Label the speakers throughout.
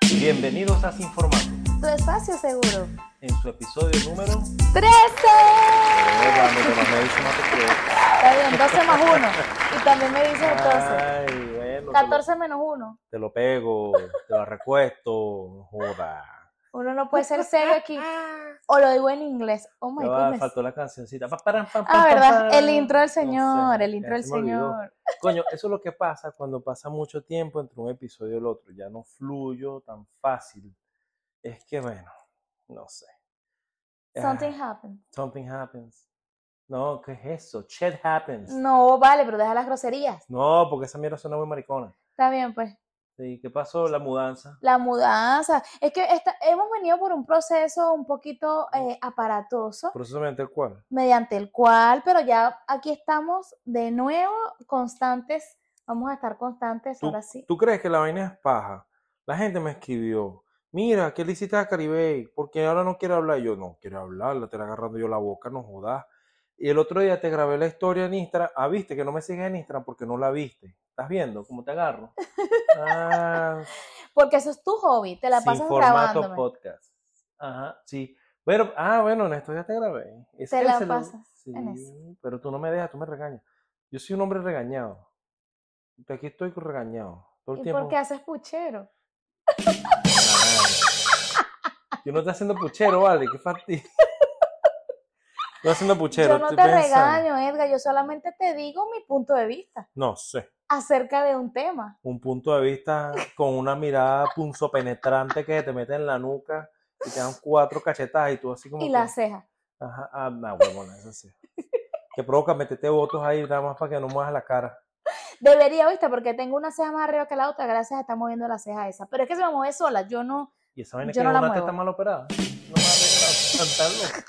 Speaker 1: Bienvenidos a Sin Formato,
Speaker 2: Tu espacio seguro.
Speaker 1: en su episodio número...
Speaker 2: 13. Está bien, 12 más 1. Y también me dices 12.
Speaker 1: Ay, bueno, te lo-
Speaker 2: 14 menos 1.
Speaker 1: Te lo pego, te lo recuesto, no joda.
Speaker 2: Uno no puede ser serio aquí. O lo digo en inglés. Oh my
Speaker 1: Ya va,
Speaker 2: goodness.
Speaker 1: faltó la cancioncita. Pa, param, pam, pam,
Speaker 2: Ah,
Speaker 1: pam,
Speaker 2: ¿verdad?
Speaker 1: pam.
Speaker 2: El intro del
Speaker 1: No sé,
Speaker 2: señor. el intro
Speaker 1: ya
Speaker 2: del
Speaker 1: se me olvidó.
Speaker 2: señor.
Speaker 1: Coño, eso es lo que pasa cuando pasa mucho tiempo entre un episodio y el otro. Ya no fluyo tan fácil. Es que, bueno, no sé. Ah,
Speaker 2: Something happened.
Speaker 1: something happens. No, ¿qué es eso? Shit happens.
Speaker 2: No, vale, pero deja las groserías.
Speaker 1: No, porque esa mierda suena muy maricona.
Speaker 2: Está bien, pues.
Speaker 1: ¿Y qué pasó? La mudanza.
Speaker 2: La mudanza. Es que esta- hemos venido por un proceso un poquito eh, aparatoso,
Speaker 1: Precisamente el cual.
Speaker 2: mediante el cual, pero ya aquí estamos de nuevo constantes. Vamos a estar constantes ahora sí.
Speaker 1: ¿Tú crees que la vaina es paja? La gente me escribió. Mira, ¿qué le hiciste a Caribey? Porque ahora no quiere hablar. Y Yo no quiero hablar, la estoy agarrando yo la boca, no jodas. Y el otro día te grabé la historia en Instagram. Ah, viste que no me sigues en Instagram porque no la viste. ¿Estás viendo cómo te agarro? Ah,
Speaker 2: Porque eso es tu hobby, te la
Speaker 1: sin
Speaker 2: pasas
Speaker 1: formato
Speaker 2: grabándome.
Speaker 1: podcast. Ajá, sí. Pero, ah, bueno, en esto ya te grabé. Es
Speaker 2: Te
Speaker 1: que
Speaker 2: la
Speaker 1: se lo-
Speaker 2: pasas en eso.
Speaker 1: sí, pero tú no me dejas, tú me regañas. Yo soy un hombre regañado. Aquí estoy regañado. Todo el
Speaker 2: ¿Y
Speaker 1: tiempo.
Speaker 2: por qué haces puchero?
Speaker 1: Yo no estoy haciendo puchero, vale, qué fastidio. Estoy haciendo puchero.
Speaker 2: yo no te
Speaker 1: estoy pensando.
Speaker 2: regaño, Edgar, yo solamente te digo mi punto de vista
Speaker 1: No sé.
Speaker 2: acerca de un tema.
Speaker 1: Un punto de vista con una mirada punzo penetrante que te mete en la nuca y te dan cuatro cachetadas y tú así como.
Speaker 2: Y
Speaker 1: que,
Speaker 2: la ceja.
Speaker 1: Ajá, ah, nah, huevona, eso sí. Que provoca meterte votos ahí nada más para que no muevas la cara.
Speaker 2: Debería, ¿viste? Porque tengo una ceja más arriba que la otra, gracias a estar moviendo la ceja esa. Pero es que se me mueve sola, yo no,
Speaker 1: Y esa vaina
Speaker 2: Yo
Speaker 1: que
Speaker 2: no
Speaker 1: es
Speaker 2: la
Speaker 1: una
Speaker 2: muevo.
Speaker 1: teta mal operada. No me arregla pantalón.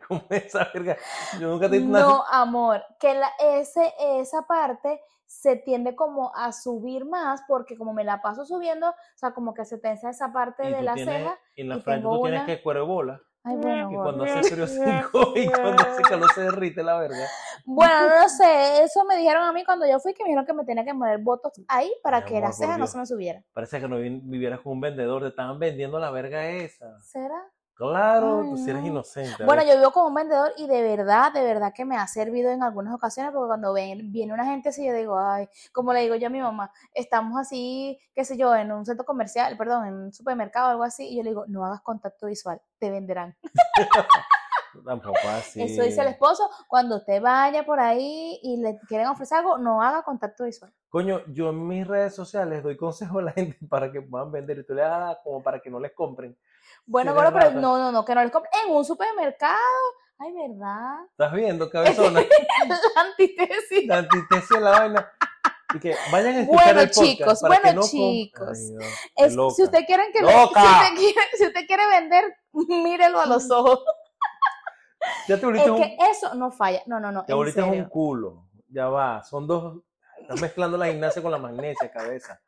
Speaker 1: ¿Cómo es esa verga? Yo nunca te he una
Speaker 2: No, amor, que la, ese, esa parte se tiende como a subir más porque como me la paso subiendo, o sea, como que se tensa esa parte
Speaker 1: Y
Speaker 2: de
Speaker 1: tú
Speaker 2: la
Speaker 1: tienes-
Speaker 2: ceja.
Speaker 1: En la
Speaker 2: y
Speaker 1: frente
Speaker 2: tengo
Speaker 1: tú tienes
Speaker 2: una-
Speaker 1: que cuero bola.
Speaker 2: Ay, bueno,
Speaker 1: Y
Speaker 2: gordo.
Speaker 1: cuando hace frío 5 y cuando hace calor se derrite la verga.
Speaker 2: Bueno, no lo sé, eso me dijeron a mí cuando yo fui que me dijeron que me tenía que poner botox ahí para
Speaker 1: Mi
Speaker 2: que la
Speaker 1: amor, por
Speaker 2: ceja no
Speaker 1: Dios.
Speaker 2: se me subiera.
Speaker 1: Parece que no vi- vivieras con un vendedor, te estaban vendiendo la verga esa.
Speaker 2: ¿Será?
Speaker 1: Claro,
Speaker 2: Ay,
Speaker 1: tú sí eres
Speaker 2: no.
Speaker 1: inocente. a
Speaker 2: Bueno,
Speaker 1: ver.
Speaker 2: yo vivo con un vendedor y de verdad, de verdad que me ha servido en algunas ocasiones porque cuando ven, viene una gente así, yo digo, ay, como le digo yo a mi mamá, estamos así, qué sé yo, en un centro comercial, perdón, en un supermercado o algo así, y yo le digo, no hagas contacto visual, te venderán.
Speaker 1: Tampoco así.
Speaker 2: Eso dice el esposo, cuando usted vaya por ahí y le quieren ofrecer algo, no haga contacto visual.
Speaker 1: Coño, yo en mis redes sociales doy consejos a la gente para que puedan vender y tú le das ah, como para que no les compren.
Speaker 2: Bueno,
Speaker 1: Tienes
Speaker 2: bueno, pero
Speaker 1: razón.
Speaker 2: no, no, no, que no les compre en un supermercado. Ay, ¿verdad?
Speaker 1: ¿Estás viendo, cabezona?
Speaker 2: La antítesis.
Speaker 1: La antítesis de la vaina. Y que vayan a escuchar
Speaker 2: Bueno,
Speaker 1: el podcast
Speaker 2: chicos,
Speaker 1: para que
Speaker 2: bueno,
Speaker 1: no com-
Speaker 2: chicos.
Speaker 1: Ay, Dios, qué
Speaker 2: Es- si
Speaker 1: loca.
Speaker 2: usted quieren que le-
Speaker 1: ¡Loca!
Speaker 2: si, usted quiere, si usted quiere vender, mírelo a los ojos.
Speaker 1: Ya te
Speaker 2: Es
Speaker 1: volviste un,
Speaker 2: que eso no falla. No, no, no.
Speaker 1: Te
Speaker 2: en
Speaker 1: ahorita es un
Speaker 2: serio.
Speaker 1: culo. Ya va. Son dos. Estás mezclando la gimnasia con la magnesia, cabeza.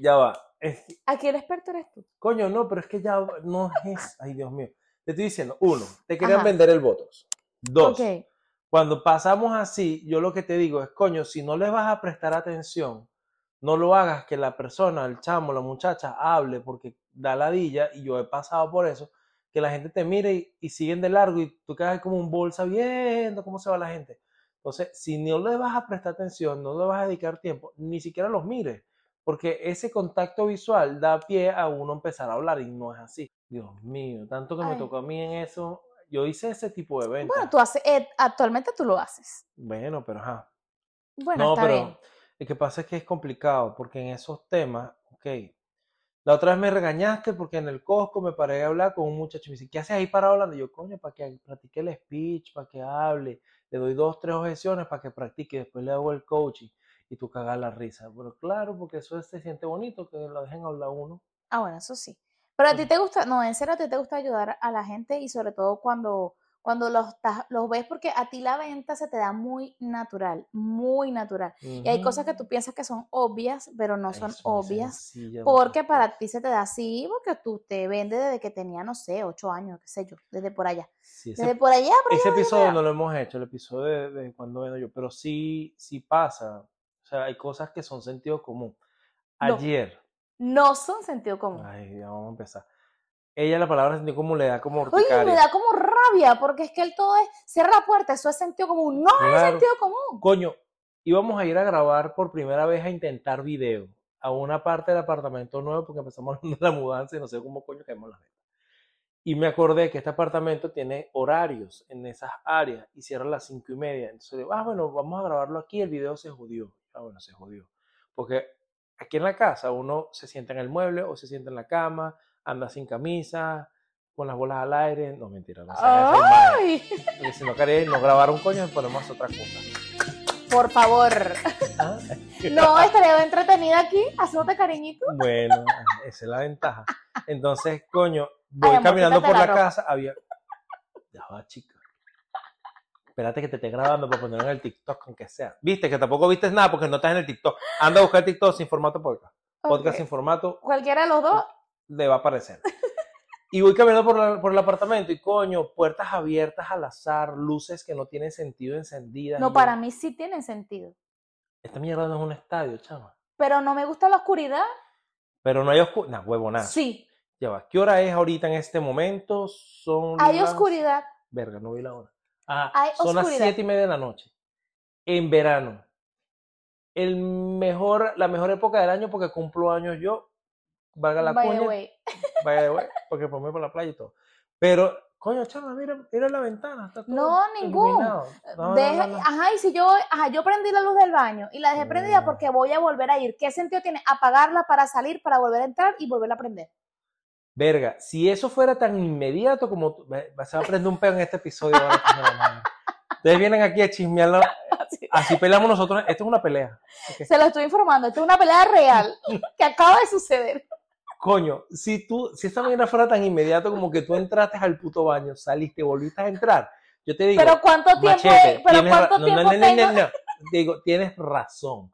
Speaker 1: Ya va. Es-
Speaker 2: Aquí el experto eres tú.
Speaker 1: coño, no, pero es que ya no es. Ay, Dios mío. Te estoy diciendo, uno, te querían
Speaker 2: Ajá.
Speaker 1: vender el Botox. Dos,
Speaker 2: Ok.
Speaker 1: cuando pasamos así, yo lo que te digo es, coño, si no les vas a prestar atención, no lo hagas que la persona, el chamo, la muchacha, hable porque da ladilla y yo he pasado por eso, que la gente te mire y, y siguen de largo y tú quedas ahí como un bolsa viendo cómo se va la gente. Entonces, si no le vas a prestar atención, no le vas a dedicar tiempo, ni siquiera los mires, porque ese contacto visual da pie a uno empezar a hablar y no es así. Dios mío, tanto que me
Speaker 2: Ay.
Speaker 1: tocó a mí en eso, yo hice ese tipo de ventas.
Speaker 2: Bueno, tú haces, eh, actualmente tú lo haces.
Speaker 1: Bueno, pero ajá.
Speaker 2: Bueno,
Speaker 1: No,
Speaker 2: está bien.
Speaker 1: pero lo que pasa es que es complicado porque en esos temas, ok. La otra vez me regañaste porque en el Costco me paré a hablar con un muchacho y me dice, ¿qué haces ahí parado hablando? Y yo, coño, para que practique el speech, para que hable. Le doy dos, tres objeciones para que practique y después le hago el coaching y tú cagas la risa. Pero claro, porque eso se siente bonito que lo dejen hablar uno.
Speaker 2: Ah, bueno, eso sí. Pero a ti
Speaker 1: Ujú.
Speaker 2: te gusta, no, en serio, a ti te gusta ayudar a la gente y sobre todo cuando, cuando los, estás- los ves, porque a ti la venta se te da muy natural, muy natural. Y hay cosas
Speaker 1: Mm.
Speaker 2: que tú piensas que son obvias, pero no son obvias. Porque para ti se te da así, porque tú te vendes desde que tenía, no sé, ocho años, qué sé yo, desde por allá. Desde por allá, por allá,
Speaker 1: Ese
Speaker 2: por
Speaker 1: episodio
Speaker 2: allá.
Speaker 1: no lo hemos hecho, el episodio de, de cuando vendo yo, pero sí, sí pasa. O sea, hay cosas que son sentido común.
Speaker 2: No.
Speaker 1: Ayer,
Speaker 2: no son sentido común.
Speaker 1: Ay, ya vamos a empezar. Ella la palabra sentido común le da como
Speaker 2: Oye,
Speaker 1: urticaria.
Speaker 2: me da como rabia, porque es que él todo es, cierra la puerta, eso es sentido común. No es
Speaker 1: Claro.
Speaker 2: sentido común.
Speaker 1: Coño, íbamos a ir a grabar por primera vez a intentar video a una parte del apartamento nuevo porque empezamos hablando de la mudanza y no sé cómo coño caemos las ventas. Y me acordé que este apartamento tiene horarios en esas áreas y cierra a las cinco y media. Entonces digo, ah, bueno, vamos a grabarlo aquí. El video se jodió. Ah, bueno, se jodió. Porque aquí en la casa uno se sienta en el mueble o se sienta en la cama, anda sin camisa, con las bolas al aire. No, mentira, no se haga esa imagen.
Speaker 2: Ay,
Speaker 1: Porque si no queréis, nos grabaron coño y ponemos otra cosa.
Speaker 2: por favor.
Speaker 1: Ah,
Speaker 2: No, estaría entretenida aquí, haciéndote cariñito.
Speaker 1: Bueno, esa es la ventaja. Entonces, coño, voy
Speaker 2: amor,
Speaker 1: caminando
Speaker 2: quítate
Speaker 1: por
Speaker 2: la
Speaker 1: la,
Speaker 2: ropa.
Speaker 1: casa, había... Ya va, chica. Espérate que te esté grabando para ponerlo en el TikTok, aunque sea. Viste que tampoco viste nada porque no estás en el TikTok. Anda a buscar TikTok sin formato podcast. Podcast
Speaker 2: Ok.
Speaker 1: sin formato
Speaker 2: Cualquiera de los dos,
Speaker 1: le va a aparecer. Y voy caminando por, la- por el apartamento y coño, puertas abiertas al azar, luces que no tienen sentido encendidas. y
Speaker 2: no,
Speaker 1: yo,
Speaker 2: para mí sí tienen sentido.
Speaker 1: Esta mierda no es un estadio, chama.
Speaker 2: Pero no me gusta la oscuridad.
Speaker 1: Pero no hay oscuridad. Nah, huevo, nada.
Speaker 2: Sí,
Speaker 1: Ya va. ¿Qué hora es ahorita en este momento? Son.
Speaker 2: hay
Speaker 1: las-
Speaker 2: oscuridad.
Speaker 1: Verga, no vi la hora. Ah,
Speaker 2: Hay
Speaker 1: son las
Speaker 2: oscuridad.
Speaker 1: siete y media de la noche. En verano. El mejor, la mejor época del año porque cumplo años yo. Valga la
Speaker 2: by the
Speaker 1: cuña.
Speaker 2: way.
Speaker 1: Vaya de way, Porque me voy por la playa y todo. Pero, coño, chama, mira, mira la ventana. Está todo
Speaker 2: No, ningún.
Speaker 1: iluminado. No, no,
Speaker 2: Deja-
Speaker 1: no, no.
Speaker 2: Ajá, y si yo, ajá, yo prendí la luz del baño y la dejé prendida
Speaker 1: Mm.
Speaker 2: porque voy a volver a ir. ¿Qué sentido tiene apagarla para salir, para volver a entrar y volverla a prender?
Speaker 1: Verga, si eso fuera tan inmediato como tú- ve- se va a prender un pedo en este episodio ahora, coño, la madre. Ustedes vienen aquí a chismearlo. Así peleamos nosotros. Esto es una pelea. Ok.
Speaker 2: Se lo estoy informando. Esto es una pelea real que acaba de suceder.
Speaker 1: Coño, si tú, si esta mañana fuera tan inmediato como que tú entraste al puto baño, saliste, volviste a entrar, yo te digo,
Speaker 2: Pero ¿cuánto tiempo?
Speaker 1: machete,
Speaker 2: es- pero
Speaker 1: tienes ra-
Speaker 2: ¿cuánto
Speaker 1: no, no, no,
Speaker 2: tiempo
Speaker 1: no,
Speaker 2: tengo?
Speaker 1: no, no. Te digo, tienes razón.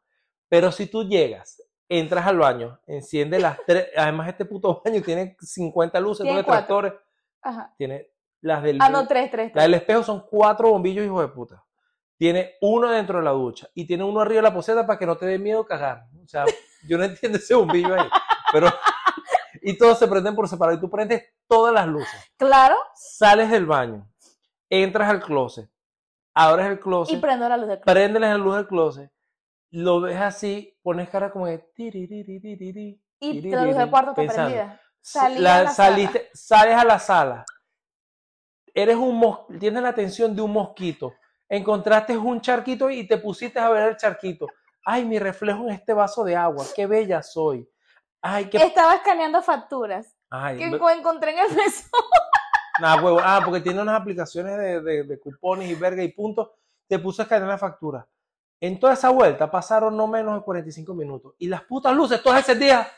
Speaker 1: Pero si tú llegas, entras al baño, enciende las tres, además este puto baño tiene 50 luces,
Speaker 2: Tiene
Speaker 1: tiene
Speaker 2: cuatro.
Speaker 1: tractores,
Speaker 2: Ajá.
Speaker 1: tiene las del
Speaker 2: Ah, no, tres, tres,
Speaker 1: la
Speaker 2: tres.
Speaker 1: del espejo son cuatro bombillos, hijo de puta. Tiene uno dentro de la ducha y tiene uno arriba de la poseta para que no te dé miedo cagar. O sea, yo no entiendo ese bombillo ahí. Pero, y todos se prenden por separado y tú prendes todas las luces.
Speaker 2: Claro,
Speaker 1: Sales del baño, entras al closet, abres el
Speaker 2: y
Speaker 1: closet,
Speaker 2: prendo la luz del closet.
Speaker 1: prendes la luz del closet, lo ves así, pones cara como de... tiririririririri,
Speaker 2: Y la luz del cuarto está
Speaker 1: pensando.
Speaker 2: prendida.
Speaker 1: S-
Speaker 2: Salí a
Speaker 1: la-
Speaker 2: la sala.
Speaker 1: saliste, sales a la sala. Eres un mos- tienes la atención de un mosquito. Encontraste un charquito y te pusiste a ver el charquito. Ay, mi reflejo en este vaso de agua, qué bella soy. Ay, qué
Speaker 2: Estaba escaneando facturas
Speaker 1: ay,
Speaker 2: que
Speaker 1: ve-
Speaker 2: enco- encontré en el mesón.
Speaker 1: nah, huevo. Ah, porque tiene unas aplicaciones de, de- de cupones y verga y puntos. Te puso a escanear la factura. En toda esa vuelta pasaron no menos de 45 minutos. Y las putas luces todas encendidas.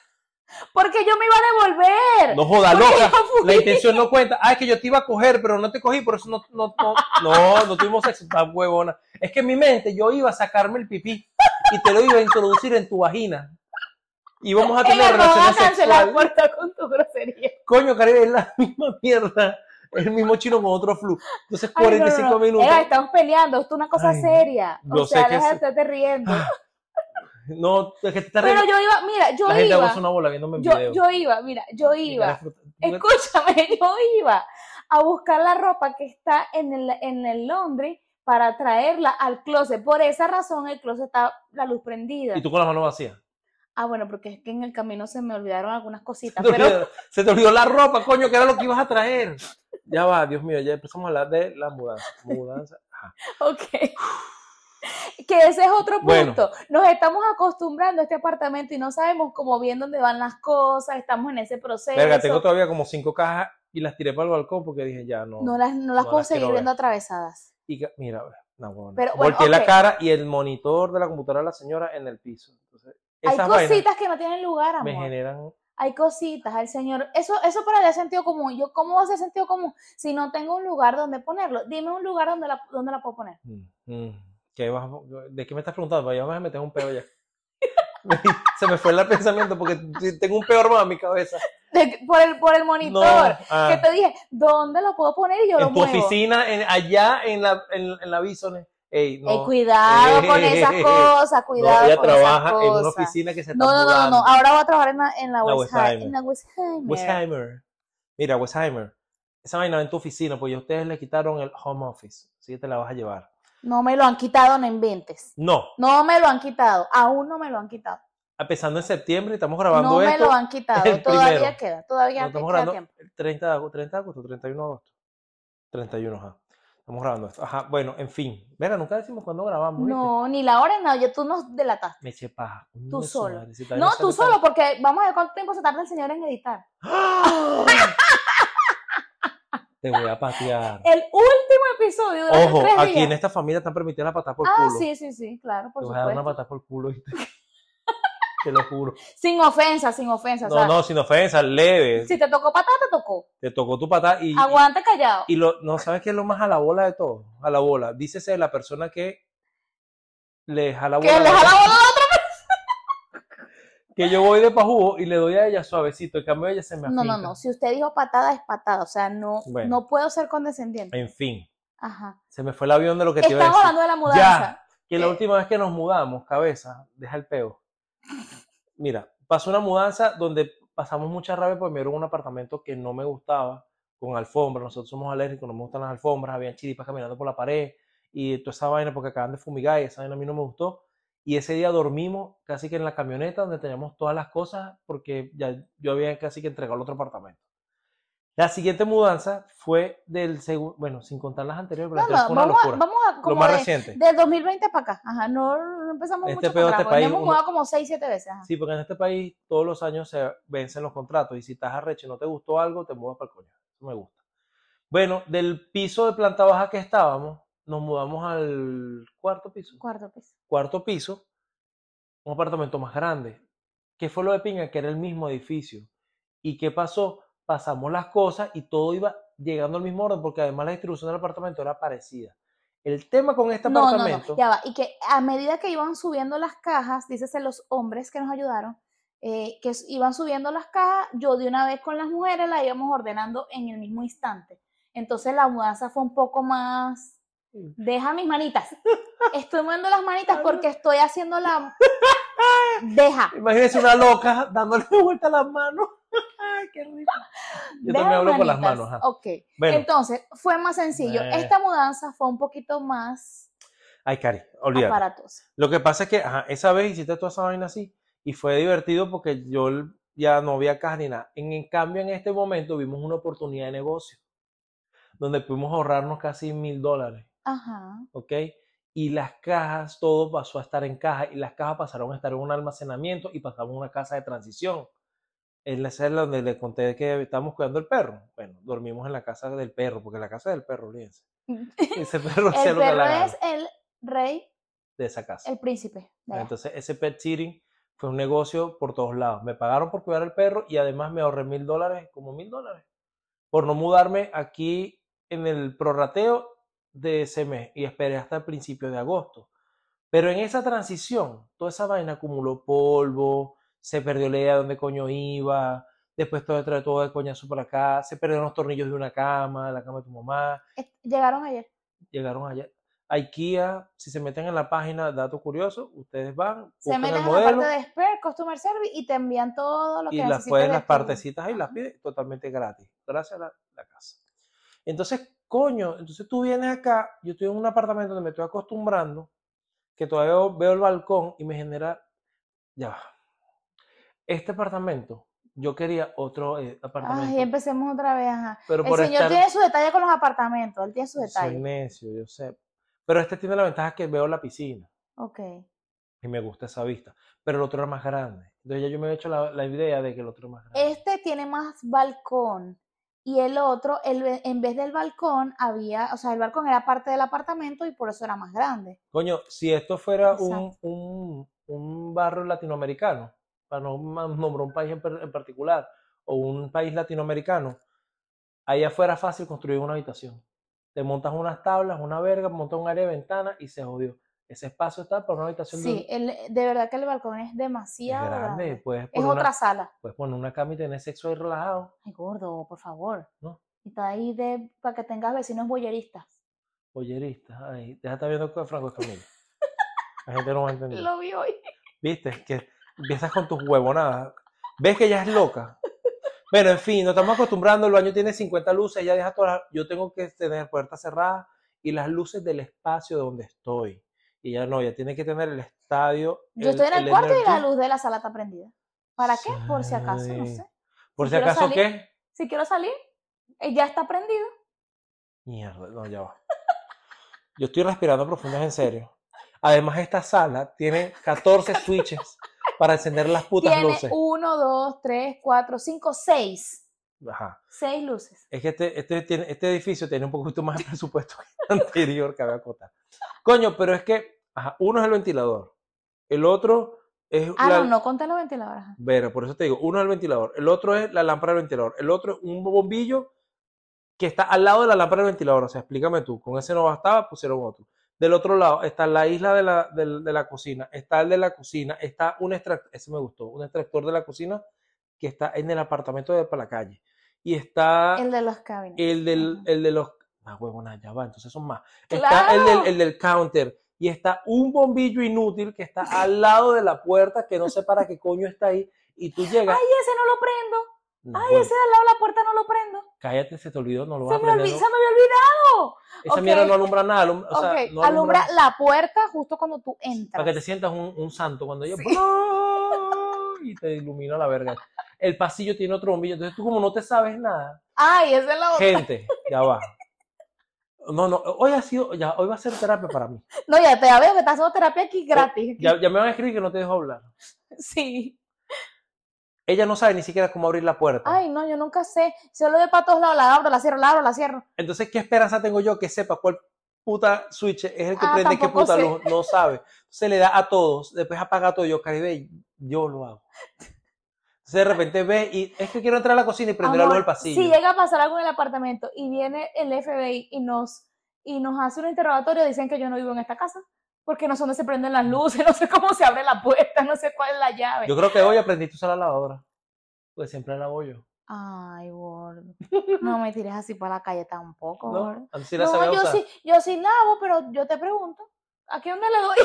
Speaker 2: Porque yo me iba a devolver.
Speaker 1: No joda,
Speaker 2: Porque
Speaker 1: loca.
Speaker 2: yo fui.
Speaker 1: La intención no cuenta. Ah, es que yo te iba a coger, pero no te cogí, por eso no, no, no, no, no tuvimos sexo. Está huevona. Es que en mi mente yo iba a sacarme el pipí y te lo iba a introducir en tu vagina. Y vamos a tener
Speaker 2: Ella no va a
Speaker 1: relaciones
Speaker 2: cancelar pues. la
Speaker 1: sexuales.
Speaker 2: puerta con tu grosería.
Speaker 1: Coño, Caribe, es la misma mierda. Es el mismo chino con otro flu. Entonces,
Speaker 2: Ay, no, no,
Speaker 1: 45
Speaker 2: no.
Speaker 1: minutos.
Speaker 2: Ega, estamos peleando, esto es una cosa
Speaker 1: Ay,
Speaker 2: seria. O
Speaker 1: yo sé
Speaker 2: sea,
Speaker 1: que Ah.
Speaker 2: deja de
Speaker 1: sí.
Speaker 2: estarte riendo.
Speaker 1: No, es que te estás
Speaker 2: Pero
Speaker 1: riendo.
Speaker 2: yo iba, mira, yo
Speaker 1: La gente
Speaker 2: iba.
Speaker 1: abusa una bola viéndome en
Speaker 2: Yo,
Speaker 1: video.
Speaker 2: yo iba, mira, yo
Speaker 1: Mi cara
Speaker 2: iba.
Speaker 1: es fruta-
Speaker 2: Escúchame, yo iba a buscar la ropa que está en el, en el laundry para traerla al closet. Por esa razón el closet está la luz prendida.
Speaker 1: Y tú con las manos vacías.
Speaker 2: Ah, bueno, porque es que en el camino se me olvidaron algunas cositas,
Speaker 1: Se te
Speaker 2: pero
Speaker 1: olvidó- Se te olvidó la ropa, coño, que era lo que ibas a traer. Ya va, Dios mío, ya empezamos a hablar de la mudanza. Mudanza. ajá.
Speaker 2: ok. Que ese es otro
Speaker 1: Bueno.
Speaker 2: punto. Nos estamos acostumbrando a este apartamento y no sabemos cómo bien dónde van las cosas, estamos en ese proceso.
Speaker 1: Verga, tengo todavía como cinco cajas y las tiré para el balcón porque dije, ya no.
Speaker 2: no las, no las
Speaker 1: No
Speaker 2: puedo
Speaker 1: las quiero
Speaker 2: seguir
Speaker 1: ver.
Speaker 2: viendo atravesadas.
Speaker 1: Y ca- mira, no, bueno.
Speaker 2: Pero, bueno,
Speaker 1: Volteé
Speaker 2: ok.
Speaker 1: la cara y el monitor de la computadora de la señora en el piso. Entonces, esas
Speaker 2: Hay
Speaker 1: vainas
Speaker 2: cositas que no tienen lugar,
Speaker 1: me
Speaker 2: amor.
Speaker 1: generan.
Speaker 2: Hay cositas, el señor. Eso, eso para el sentido común. Yo, ¿cómo va a ser sentido común si no tengo un lugar donde ponerlo? Dime un lugar donde la, donde la puedo poner.
Speaker 1: mm, mm, ¿qué vas- ¿De qué me estás preguntando? Porque Ya me vas a meter un peo ya. Se me fue el pensamiento porque tengo un peo armado en mi cabeza.
Speaker 2: De- por el, por el
Speaker 1: No,
Speaker 2: monitor.
Speaker 1: ah.
Speaker 2: Que te dije, ¿dónde lo puedo poner? Y yo lo
Speaker 1: en tu
Speaker 2: muevo.
Speaker 1: oficina, en- allá en la, en, en la Bisone. Ey, no.
Speaker 2: Ey, Eh, cuidado con esas cosas, cuidado.
Speaker 1: no, ella
Speaker 2: con
Speaker 1: trabaja
Speaker 2: esas
Speaker 1: en una
Speaker 2: cosas.
Speaker 1: oficina que se está
Speaker 2: No, no, no, no,
Speaker 1: mudando.
Speaker 2: no, ahora va a trabajar en la, en la,
Speaker 1: La
Speaker 2: Westheimer.
Speaker 1: Westheimer.
Speaker 2: En la Westheimer.
Speaker 1: Westheimer. Mira, Westheimer. Esa vaina en tu oficina, pues ya ustedes le quitaron el home office. Así que te la vas a llevar.
Speaker 2: No me lo han quitado, no inventes.
Speaker 1: No,
Speaker 2: No me lo han quitado, aún no me lo han quitado.
Speaker 1: empezando en septiembre, estamos grabando
Speaker 2: No me
Speaker 1: esto
Speaker 2: lo han quitado,
Speaker 1: el
Speaker 2: todavía
Speaker 1: primero.
Speaker 2: queda,
Speaker 1: No,
Speaker 2: todavía
Speaker 1: estamos
Speaker 2: queda
Speaker 1: grabando-
Speaker 2: tiempo.
Speaker 1: 30 de agosto, 30 de agosto, 31 de agosto. 31, ajá. Estamos grabando esto. Ajá, bueno, en fin. Venga, nunca decimos cuándo grabamos. ¿viste?
Speaker 2: No, ni la hora, no, ya tú nos delataste.
Speaker 1: Me eché paja. Coño
Speaker 2: Tú
Speaker 1: de su
Speaker 2: solo.
Speaker 1: madre, si todavía
Speaker 2: No,
Speaker 1: sale
Speaker 2: tú
Speaker 1: tan-
Speaker 2: solo, porque vamos a ver cuánto tiempo se tarda el señor en editar.
Speaker 1: ¡Ah! Te voy a patear.
Speaker 2: El último episodio de
Speaker 1: Ojo,
Speaker 2: tres
Speaker 1: aquí en
Speaker 2: días.
Speaker 1: esta familia están permitidas las patas por
Speaker 2: Ah,
Speaker 1: culo.
Speaker 2: sí, sí, sí, claro, por
Speaker 1: te voy a dar una
Speaker 2: supuesto.
Speaker 1: patada por culo. ¿viste? te lo juro.
Speaker 2: Sin ofensa, sin ofensa. o sea,
Speaker 1: No, no, sin ofensa, leve.
Speaker 2: Si te tocó patada, te tocó.
Speaker 1: Te tocó tu patada y,
Speaker 2: Aguanta callado.
Speaker 1: y lo, no sabes qué es lo más a la bola de todo. A la bola. Dícese la persona que le jala
Speaker 2: Que
Speaker 1: bola a
Speaker 2: le
Speaker 1: la-
Speaker 2: jala bola.
Speaker 1: que yo voy de pajugo y le doy a ella suavecito, en cambio ella se me
Speaker 2: No,
Speaker 1: afinca.
Speaker 2: no, no. Si usted dijo patada, es patada. O sea, no,
Speaker 1: Bueno.
Speaker 2: no puedo ser condescendiente.
Speaker 1: En fin,
Speaker 2: Ajá.
Speaker 1: se me fue el avión de lo que te iba a
Speaker 2: Estamos
Speaker 1: decir.
Speaker 2: hablando de la mudanza.
Speaker 1: Que la
Speaker 2: eh.
Speaker 1: última vez que nos mudamos, cabeza, deja el peo. Mira, pasó una mudanza donde pasamos mucha rabia porque me dieron un apartamento que no me gustaba, con alfombra, nosotros somos alérgicos, no me gustan las alfombras, habían chiripas caminando por la pared y toda esa vaina porque acaban de fumigar y esa vaina a mí no me gustó. Y ese día dormimos casi que en la camioneta donde teníamos todas las cosas porque ya yo había casi que entregado el otro apartamento. La siguiente mudanza fue del segundo, bueno, sin contar las anteriores, pero la
Speaker 2: No,
Speaker 1: anterior
Speaker 2: no,
Speaker 1: fue una
Speaker 2: vamos a,
Speaker 1: locura.
Speaker 2: vamos a
Speaker 1: Lo
Speaker 2: como
Speaker 1: más
Speaker 2: de,
Speaker 1: reciente.
Speaker 2: del 2020 para acá. Ajá, no, no empezamos
Speaker 1: Este
Speaker 2: mucho
Speaker 1: pedo
Speaker 2: para
Speaker 1: este
Speaker 2: atrás, porque
Speaker 1: país,
Speaker 2: nos hemos
Speaker 1: uno-
Speaker 2: mudado como 6, 7 veces. Ajá.
Speaker 1: Sí, porque en este país todos los años se vencen los contratos y si estás arrecho y no te gustó algo, te mudas para el coño. Eso me gusta. Bueno, del piso de planta baja que estábamos, nos mudamos al cuarto piso.
Speaker 2: Cuarto pues. piso.
Speaker 1: Cuarto piso, un apartamento más grande. ¿Qué fue lo de Pinga? Que era el mismo edificio. ¿Y qué pasó? Pasamos las cosas y todo iba llegando al mismo orden porque además la distribución del apartamento era parecida. El tema con este
Speaker 2: No, no,
Speaker 1: apartamento...
Speaker 2: no, ya va. Y que a medida que iban subiendo las cajas, dícese los hombres que nos ayudaron, eh, que s- iban subiendo las cajas, yo de una vez con las mujeres las íbamos ordenando en el mismo instante. Entonces la mudanza fue un poco más.
Speaker 1: Mm.
Speaker 2: Deja mis manitas. Estoy moviendo las manitas
Speaker 1: Ay, no.
Speaker 2: porque estoy haciendo la. Deja.
Speaker 1: Imagínense una loca dándole vuelta a las manos. Ay, qué rico. Yo
Speaker 2: deja
Speaker 1: también hablo con las
Speaker 2: manitas.
Speaker 1: manos. ajá.
Speaker 2: Ok.
Speaker 1: Bueno,
Speaker 2: Entonces fue más sencillo.
Speaker 1: Eh.
Speaker 2: Esta mudanza fue un poquito más
Speaker 1: ay, Cari, olvídate.
Speaker 2: aparatosa.
Speaker 1: Lo que pasa es que ajá, esa vez hiciste toda esa vaina así y fue divertido porque yo l- ya no había cajas ni nada. En, en cambio, en este momento vimos una oportunidad de negocio donde pudimos ahorrarnos casi mil dólares,
Speaker 2: Ajá.
Speaker 1: ¿ok? Y las cajas, todo pasó a estar en caja y las cajas pasaron a estar en un almacenamiento y pasamos a una casa de transición. En la celda donde le conté que estábamos cuidando el perro. Bueno, dormimos en la casa del perro, porque la casa del perro, olvídense. Ese perro hacía
Speaker 2: Mm. El
Speaker 1: lo que le
Speaker 2: perro
Speaker 1: daba
Speaker 2: es el rey,
Speaker 1: de esa casa.
Speaker 2: el príncipe. de allá.
Speaker 1: Entonces, ese pet sitting fue un negocio por todos lados. Me pagaron por cuidar al perro y además me ahorré mil dólares, como mil dólares, por no mudarme aquí en el prorrateo de ese mes y esperé hasta el principio de agosto. Pero en esa transición, toda esa vaina acumuló polvo, se perdió la idea de dónde coño iba, después todo trae todo de coñazo por acá, se perdieron los tornillos de una cama, la cama de tu mamá,
Speaker 2: Est- Llegaron ayer.
Speaker 1: llegaron allá. A IKEA, si se meten en la página, dato curioso, ustedes van,
Speaker 2: Se
Speaker 1: buscan
Speaker 2: meten
Speaker 1: el
Speaker 2: en la
Speaker 1: modelo
Speaker 2: parte de Spare, Customer Service y te envían todo lo que
Speaker 1: y las
Speaker 2: necesitas.
Speaker 1: pueden
Speaker 2: de
Speaker 1: las
Speaker 2: tu-
Speaker 1: partecitas ahí las
Speaker 2: Ajá.
Speaker 1: pide totalmente gratis, gracias a la, la casa. Entonces, coño, entonces tú vienes acá, yo estoy en un apartamento donde me estoy acostumbrando, que todavía veo, veo el balcón y me genera, ya va. Este apartamento, yo quería otro eh, apartamento,
Speaker 2: Ay, empecemos otra vez. Ajá.
Speaker 1: pero
Speaker 2: El
Speaker 1: por
Speaker 2: señor
Speaker 1: estar-
Speaker 2: tiene su detalle con los apartamentos. Él tiene su
Speaker 1: soy
Speaker 2: detalle.
Speaker 1: necio, yo sé, pero este tiene la ventaja que veo la piscina.
Speaker 2: Ok.
Speaker 1: y me gusta esa vista. Pero el otro era más grande. Entonces ya yo me he hecho la, la idea de que el otro es más grande.
Speaker 2: Este tiene más balcón. Y el otro, el, ve- en vez del balcón, había, o sea, el balcón era parte del apartamento y por eso era más grande.
Speaker 1: Coño, si esto fuera un,
Speaker 2: Exacto.
Speaker 1: un, un barrio latinoamericano, para no ma- nombrar un país en, per- en particular, o un país latinoamericano, allá fuera fácil construir una habitación. Te montas unas tablas, una verga, montas un área de ventana y se jodió. Ese espacio está para una habitación de un-
Speaker 2: Sí, el, de verdad que el balcón es
Speaker 1: es
Speaker 2: demasiado grande.
Speaker 1: grande. Puedes
Speaker 2: Es
Speaker 1: poner,
Speaker 2: otra
Speaker 1: una,
Speaker 2: sala.
Speaker 1: puedes poner una cama y tener sexo ahí relajado.
Speaker 2: Ay, gordo, por favor.
Speaker 1: No.
Speaker 2: Está ahí de, para que tengas vecinos boyeristas.
Speaker 1: Pollerista. Ay, deja de estar viendo con Franco Escamilla. La gente no va a entender.
Speaker 2: Lo vi hoy.
Speaker 1: ¿Viste? Que empiezas con tus huevonadas. ¿Ves que ella es loca? Bueno, en fin, nos estamos acostumbrando. El baño tiene 50 luces, ella deja todas. las- Yo tengo que tener puertas cerradas y las luces del espacio donde estoy. Y ya no, ya tiene que tener el estadio.
Speaker 2: Yo estoy en el, cuarto y la
Speaker 1: energy.
Speaker 2: luz de la sala está prendida. ¿Para qué? Por si acaso, no
Speaker 1: Sí.
Speaker 2: sé.
Speaker 1: Por
Speaker 2: si
Speaker 1: si
Speaker 2: quiero
Speaker 1: acaso,
Speaker 2: salir.
Speaker 1: ¿qué?
Speaker 2: Si quiero salir, eh, ya está prendida.
Speaker 1: Mierda, no, ya va. Yo estoy respirando profundas en serio. Además, esta sala tiene 14 switches para encender las putas
Speaker 2: Tiene
Speaker 1: luces.
Speaker 2: uno, dos, tres, cuatro, cinco, seis.
Speaker 1: Ajá.
Speaker 2: Seis luces.
Speaker 1: Es que este, este, tiene- este edificio tiene un poquito más de presupuesto que el anterior, cabe acotar. Coño, pero es que, ajá, uno es el ventilador, el otro es
Speaker 2: Ah,
Speaker 1: la...
Speaker 2: no, no conté los ventiladores. ajá.
Speaker 1: Vera, por eso te digo, uno es el ventilador, el otro es la lámpara del ventilador, el otro es un bombillo que está al lado de la lámpara del ventilador. O sea, explícame tú, con ese no bastaba, pusieron otro. Del otro lado está la isla de la, del- de la cocina, está el de la cocina, está un extractor, ese me gustó, un extractor de la cocina que está en el apartamento de para la calle. Y está
Speaker 2: El de los cabinas.
Speaker 1: el del,
Speaker 2: Ajá.
Speaker 1: el de los. Ah, huevona, ya va, entonces son más. Está el
Speaker 2: ¡Claro!
Speaker 1: del, el del counter y está un bombillo inútil que está al lado de la puerta que no sé para qué coño está ahí y tú llegas.
Speaker 2: Ay, ese no lo prendo.
Speaker 1: No,
Speaker 2: Ay,
Speaker 1: bueno,
Speaker 2: ese de al lado de la puerta no lo prendo.
Speaker 1: Cállate, se te olvidó, no lo vas
Speaker 2: Se
Speaker 1: a
Speaker 2: me,
Speaker 1: prender.
Speaker 2: olvi-
Speaker 1: ¿no?
Speaker 2: se me había olvidado.
Speaker 1: Esa
Speaker 2: ok.
Speaker 1: mierda no alumbra nada. alum- o sea,
Speaker 2: ok,
Speaker 1: no
Speaker 2: alumbra la puerta justo cuando tú
Speaker 1: Para que
Speaker 2: entras.
Speaker 1: te sientas un, un santo cuando yo
Speaker 2: Sí.
Speaker 1: y te ilumina la verga. El pasillo tiene otro bombillo. Entonces tú como no te sabes nada,
Speaker 2: Ay, ese es la otra.
Speaker 1: Gente, ya va. No, no, hoy ha sido, ya, hoy va a ser terapia para mí.
Speaker 2: No, ya te ya veo que estás haciendo terapia aquí gratis.
Speaker 1: Ya, ya me van a escribir que no te dejo hablar.
Speaker 2: Sí.
Speaker 1: Ella no sabe ni siquiera cómo abrir la puerta.
Speaker 2: Ay, no, yo nunca sé. Solo veo para todos lados, la abro, la cierro, la abro, la cierro.
Speaker 1: Entonces, ¿qué esperanza tengo yo que sepa cuál puta switch es el que
Speaker 2: Ah,
Speaker 1: prende qué
Speaker 2: tampoco
Speaker 1: puta
Speaker 2: sé.
Speaker 1: luz? No sabe. Se le da a todos, después apaga todo. Yo, Caribe, yo lo hago. Entonces, de repente ve y es que quiero entrar a la cocina y prender la luz
Speaker 2: Amor,
Speaker 1: del pasillo.
Speaker 2: Si llega a pasar algo en el apartamento y viene el FBI y nos, y nos hace un interrogatorio, dicen que yo no vivo en esta casa. Porque no sé dónde se prenden las luces, no sé cómo se abre la puerta, no sé cuál es la llave.
Speaker 1: Yo creo que hoy aprendiste a usar la lavadora. Pues siempre la lavo yo.
Speaker 2: Ay, gordo. No me tires así para la calle tampoco, gordo.
Speaker 1: ¿No? Antes sí la
Speaker 2: no,
Speaker 1: sabía
Speaker 2: yo
Speaker 1: usar.
Speaker 2: sí, yo sí lavo, pero yo te pregunto, ¿a qué dónde le doy?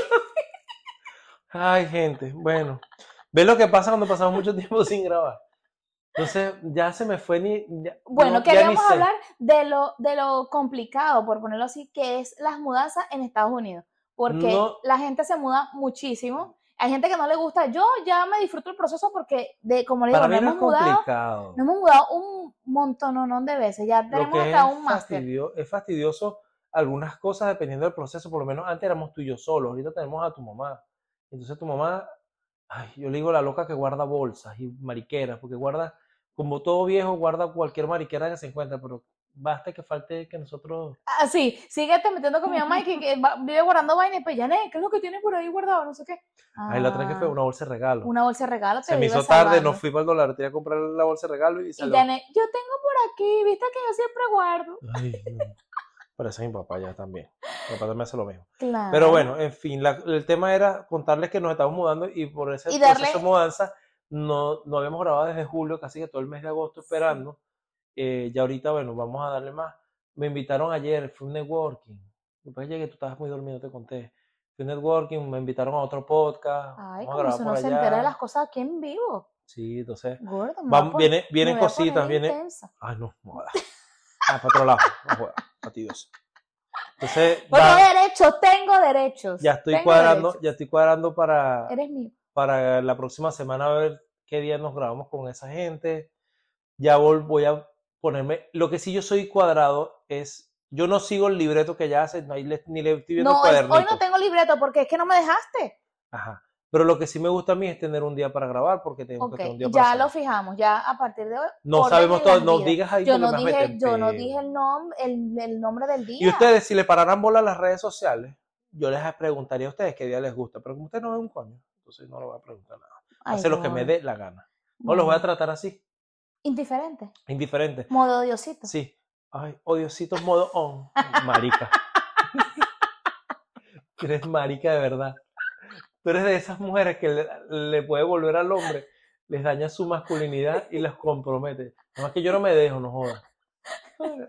Speaker 1: Ay, gente, bueno. ¿Ves lo que pasa cuando pasamos mucho tiempo sin grabar? Entonces, ya se me fue ni... ya-
Speaker 2: Bueno,
Speaker 1: no, ya ni
Speaker 2: queríamos
Speaker 1: sé.
Speaker 2: hablar de lo, de lo complicado, por ponerlo así, que es las mudanzas en Estados Unidos. Porque
Speaker 1: No.
Speaker 2: la gente se muda muchísimo. Hay gente que no le gusta. Yo ya me disfruto el proceso porque, de, como le digo,
Speaker 1: Para
Speaker 2: nos
Speaker 1: mí no
Speaker 2: hemos
Speaker 1: es
Speaker 2: mudado,
Speaker 1: complicado.
Speaker 2: nos hemos mudado un montón de veces. Ya
Speaker 1: Lo
Speaker 2: tenemos
Speaker 1: que es
Speaker 2: hasta un máster.
Speaker 1: fastidio- es fastidioso algunas cosas dependiendo del proceso. Por lo menos antes éramos tú y yo solos. Ahorita tenemos a tu mamá. Entonces tu mamá, ay, yo le digo la loca que guarda bolsas y mariqueras, porque guarda, como todo viejo, guarda cualquier mariquera que se encuentra, pero basta que falte que nosotros...
Speaker 2: Ah, sí, síguete metiendo con mi mamá y que, que va- vive guardando vainas. Pues, Janet, ¿qué es lo que tienes por ahí guardado? No sé qué.
Speaker 1: Ay, la otra vez que fue
Speaker 2: Ah,
Speaker 1: una bolsa de regalo.
Speaker 2: una bolsa de regalo. te
Speaker 1: Se me
Speaker 2: vive
Speaker 1: hizo tarde,
Speaker 2: salvando.
Speaker 1: no fui para el dólar, tenía que comprar la bolsa de regalo y
Speaker 2: Y
Speaker 1: salió.
Speaker 2: Janet, yo tengo por aquí, viste que yo siempre guardo.
Speaker 1: Ay, no. Parece mi papá ya también. Mi papá también hace lo mismo.
Speaker 2: Claro.
Speaker 1: Pero bueno, en fin, la- el tema era contarles que nos estamos mudando y por ese
Speaker 2: Y darle-
Speaker 1: proceso de mudanza no, no habíamos grabado desde julio, casi que todo el mes de agosto
Speaker 2: Sí.
Speaker 1: esperando. Eh, ya ahorita, bueno, vamos a darle más. Me invitaron ayer, fue un networking. Después llegué, tú estabas muy dormido, te conté. Fue un networking, me invitaron a otro podcast. vamos a
Speaker 2: Ay, como
Speaker 1: grabar
Speaker 2: si
Speaker 1: por
Speaker 2: no se
Speaker 1: allá.
Speaker 2: entera de las cosas aquí en vivo.
Speaker 1: Sí, entonces.
Speaker 2: Gordo, me voy a
Speaker 1: Vamos,
Speaker 2: pon-
Speaker 1: viene-
Speaker 2: me
Speaker 1: vienen
Speaker 2: voy a poner
Speaker 1: cositas, viene,
Speaker 2: intensa.
Speaker 1: Ay, no, no jodas. Ah, para otro lado. No jodas, fastidioso. Entonces,
Speaker 2: Porque
Speaker 1: va-
Speaker 2: derechos, tengo derechos.
Speaker 1: ya estoy
Speaker 2: tengo
Speaker 1: cuadrando,
Speaker 2: derechos.
Speaker 1: ya estoy cuadrando para,
Speaker 2: Eres mío.
Speaker 1: para la próxima semana a ver qué día nos grabamos con esa gente. Ya vol- voy a ponerme. Lo que sí yo soy cuadrado es. Yo no sigo el libreto que ella hace, no, ahí le- ni le estoy viendo
Speaker 2: No, es-
Speaker 1: cuadernito.
Speaker 2: hoy no tengo libreto porque es que no me dejaste.
Speaker 1: Ajá. Pero lo que sí me gusta a mí es tener un día para grabar, porque tengo que
Speaker 2: Ok,
Speaker 1: tener un día para
Speaker 2: ya
Speaker 1: hacer.
Speaker 2: lo fijamos, ya a partir de hoy.
Speaker 1: No
Speaker 2: orden
Speaker 1: sabemos
Speaker 2: en
Speaker 1: todo,
Speaker 2: las
Speaker 1: no
Speaker 2: vidas.
Speaker 1: digas ahí
Speaker 2: Yo
Speaker 1: porque
Speaker 2: no
Speaker 1: me vas a
Speaker 2: dije,
Speaker 1: meter
Speaker 2: yo no
Speaker 1: peo.
Speaker 2: dije el, nom, el, el nombre del día.
Speaker 1: Y ustedes, si le pararan bola a las redes sociales, yo les preguntaría a ustedes qué día les gusta, pero como ustedes no ven un coño, entonces no les voy a preguntar nada.
Speaker 2: Ay,
Speaker 1: Hacer lo que me
Speaker 2: gordo.
Speaker 1: dé la gana. No los voy a
Speaker 2: Bueno,
Speaker 1: tratar así,
Speaker 2: Indiferente.
Speaker 1: indiferente.
Speaker 2: Modo Diosito.
Speaker 1: Sí. Ay, odiositos modo on. Marica. Tú eres marica de verdad. Tú eres de esas mujeres que le, le puede volver al hombre, les daña su masculinidad y las compromete. Nada más que yo no me dejo, no jodas.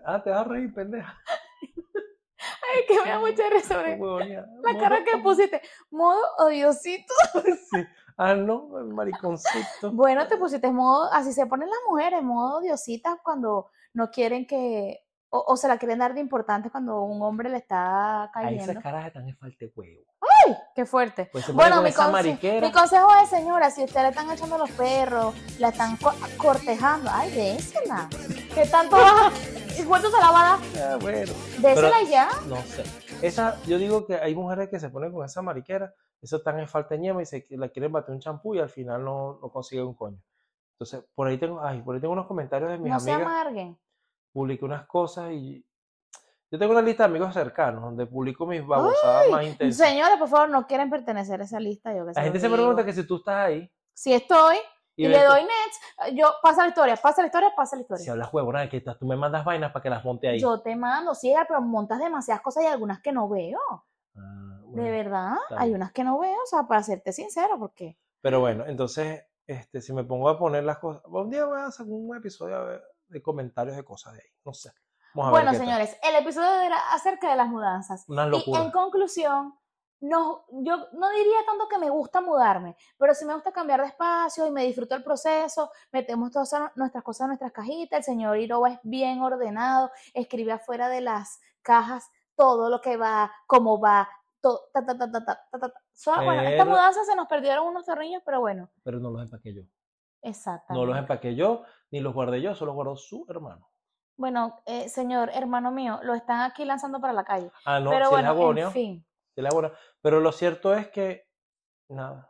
Speaker 1: Ah, te vas a reír, pendeja.
Speaker 2: Ay, es que me da mucha risa. porque La cara que pusiste, modo odiosito.
Speaker 1: Sí. Ah, no, el mariconcito.
Speaker 2: Bueno, te pusiste modo, así se ponen las mujeres, modo odiositas cuando no quieren que, o, o se la quieren dar de importante cuando un hombre le está
Speaker 1: A
Speaker 2: cayendo.
Speaker 1: esas caras están en falta de huevo.
Speaker 2: ¡Ay, qué fuerte!
Speaker 1: Pues se pone
Speaker 2: Bueno,
Speaker 1: con
Speaker 2: mi,
Speaker 1: esa
Speaker 2: conse-
Speaker 1: mariquera.
Speaker 2: mi consejo es, señora, si usted le están echando los perros, la están co- cortejando, ay, désela. ¿Qué tanto va? ¿Y cuánto se la va a dar?
Speaker 1: Ah, bueno.
Speaker 2: Désela
Speaker 1: Pero-
Speaker 2: ya.
Speaker 1: No sé. Esa, yo digo que hay mujeres que se ponen con esa mariquera, eso están en falta de ñema y se qui- la quieren bater un champú y al final no, no consiguen un coño. Entonces, por ahí tengo, ay, por ahí tengo unos comentarios de mis
Speaker 2: No se
Speaker 1: amigas,
Speaker 2: amarguen.
Speaker 1: publiqué unas cosas y yo tengo una lista de amigos cercanos donde publico mis babosadas más intensas.
Speaker 2: Señores, por favor, no quieren pertenecer a esa lista. Yo que
Speaker 1: La gente se
Speaker 2: los
Speaker 1: pregunta
Speaker 2: digo.
Speaker 1: que si tú estás ahí
Speaker 2: Si estoy y, le
Speaker 1: ves que-
Speaker 2: doy next, yo pasa la historia, pasa la historia, pasa la
Speaker 1: si
Speaker 2: historia.
Speaker 1: hablas huevona, que estás- tú me mandas vainas para que las monte ahí.
Speaker 2: Yo te mando, sí, pero montas demasiadas cosas y algunas que no veo.
Speaker 1: Ah,
Speaker 2: de
Speaker 1: bueno.
Speaker 2: verdad,
Speaker 1: está
Speaker 2: hay
Speaker 1: bien.
Speaker 2: unas que no veo, o sea, para serte sincero, porque
Speaker 1: Pero bueno, entonces, este, si me pongo a poner las cosas, un día voy a hacer un episodio a ver, de comentarios de cosas de ahí, no sé. Vamos a ver
Speaker 2: Bueno,
Speaker 1: qué tal.
Speaker 2: señores, el episodio era acerca de las mudanzas.
Speaker 1: Una
Speaker 2: Y en
Speaker 1: locura.
Speaker 2: conclusión, no, yo no diría tanto que me gusta mudarme, pero sí me gusta cambiar de espacio y me disfruto el proceso. Metemos todas a- nuestras cosas en nuestras cajitas. El señor Iroba es bien ordenado, escribe afuera de las cajas todo lo que va, cómo va. todo, ta, ta, ta, ta, ta, ta, ta, ta. So, ah, bueno, esta
Speaker 1: Pero-
Speaker 2: mudanza se nos perdieron unos tornillos, pero bueno,
Speaker 1: Pero no los empaqué yo.
Speaker 2: exactamente.
Speaker 1: No los empaqué yo, ni los guardé yo, solo guardó su hermano.
Speaker 2: Bueno, eh, señor, hermano mío, lo están aquí lanzando para la calle.
Speaker 1: Ah, no,
Speaker 2: pero
Speaker 1: sí les
Speaker 2: bueno,
Speaker 1: agonio,
Speaker 2: en fin.
Speaker 1: sí les agonio. Pero lo cierto es que nada.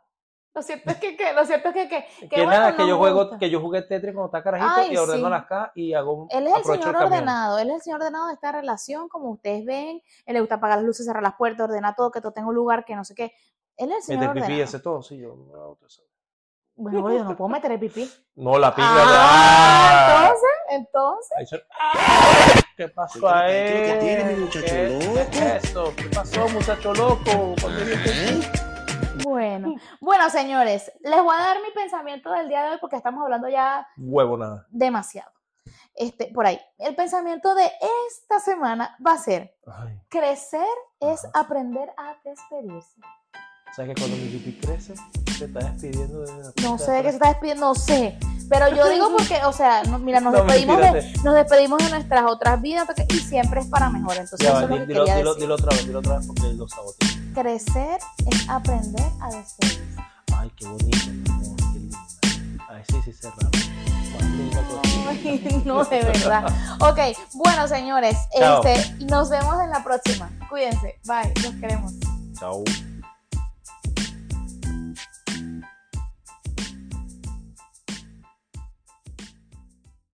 Speaker 2: Lo cierto es que, que- lo cierto es que, que, que
Speaker 1: Que
Speaker 2: bueno,
Speaker 1: nada, que
Speaker 2: nos
Speaker 1: yo juego,
Speaker 2: gusta.
Speaker 1: que yo jugué Tetris cuando está carajito
Speaker 2: Ay,
Speaker 1: y ordeno
Speaker 2: sí.
Speaker 1: las cajas y hago un
Speaker 2: Él es el
Speaker 1: aprovecho
Speaker 2: señor
Speaker 1: camión.
Speaker 2: ordenado, él es el señor ordenado de esta relación, como ustedes ven. Él le gusta apagar las luces, cerrar las puertas, ordenar todo, que todo tenga un lugar, que no sé qué. Él es el señor
Speaker 1: Mete pipí,
Speaker 2: ordenado.
Speaker 1: ese todo, sí, yo me hago todo eso.
Speaker 2: Bueno, boludo, no puedo meter el pipí.
Speaker 1: No, la pinga.
Speaker 2: Ah,
Speaker 1: ¡ah!
Speaker 2: entonces, entonces.
Speaker 1: Ahí se- ¿Qué pasó
Speaker 3: Suéltame,
Speaker 1: ahí?
Speaker 3: ¿qué es lo que tienes, mi muchacho
Speaker 1: ¿Qué
Speaker 3: loco?
Speaker 1: es eso? ¿Qué pasó, muchacho loco? ¿Cuándo vienes tú?
Speaker 2: Bueno, bueno, señores, les voy a dar mi pensamiento del día de hoy porque estamos hablando ya
Speaker 1: Huevo nada.
Speaker 2: demasiado. Este, por ahí. El pensamiento de esta semana va a ser:
Speaker 1: Ay,
Speaker 2: crecer es
Speaker 1: Ajá.
Speaker 2: aprender a despedirse.
Speaker 1: ¿Sabes que cuando mi pipí crece, se está despidiendo de la
Speaker 2: No
Speaker 1: puerta
Speaker 2: sé de qué se
Speaker 1: atrás?
Speaker 2: está despidiendo, no sé. Pero yo digo porque, o sea, no- mira, nos
Speaker 1: No,
Speaker 2: despedimos
Speaker 1: mentira,
Speaker 2: de, nos despedimos de nuestras otras vidas porque- y siempre es para mejor. Entonces,
Speaker 1: Ya
Speaker 2: eso
Speaker 1: va,
Speaker 2: es lo
Speaker 1: di-
Speaker 2: que
Speaker 1: dilo,
Speaker 2: quería
Speaker 1: dilo,
Speaker 2: decir.
Speaker 1: dilo otra vez, dilo otra vez porque lo saboteé.
Speaker 2: Crecer es aprender a despedirse.
Speaker 1: Ay, qué bonito, mi amor, qué linda. Ay, sí, sí, cerramos. Cuán linda cosita.
Speaker 2: Ay, no, de verdad. Ok, bueno, señores,
Speaker 1: Chao.
Speaker 2: este, nos vemos en la próxima. Cuídense. Bye, los queremos.
Speaker 1: Chao.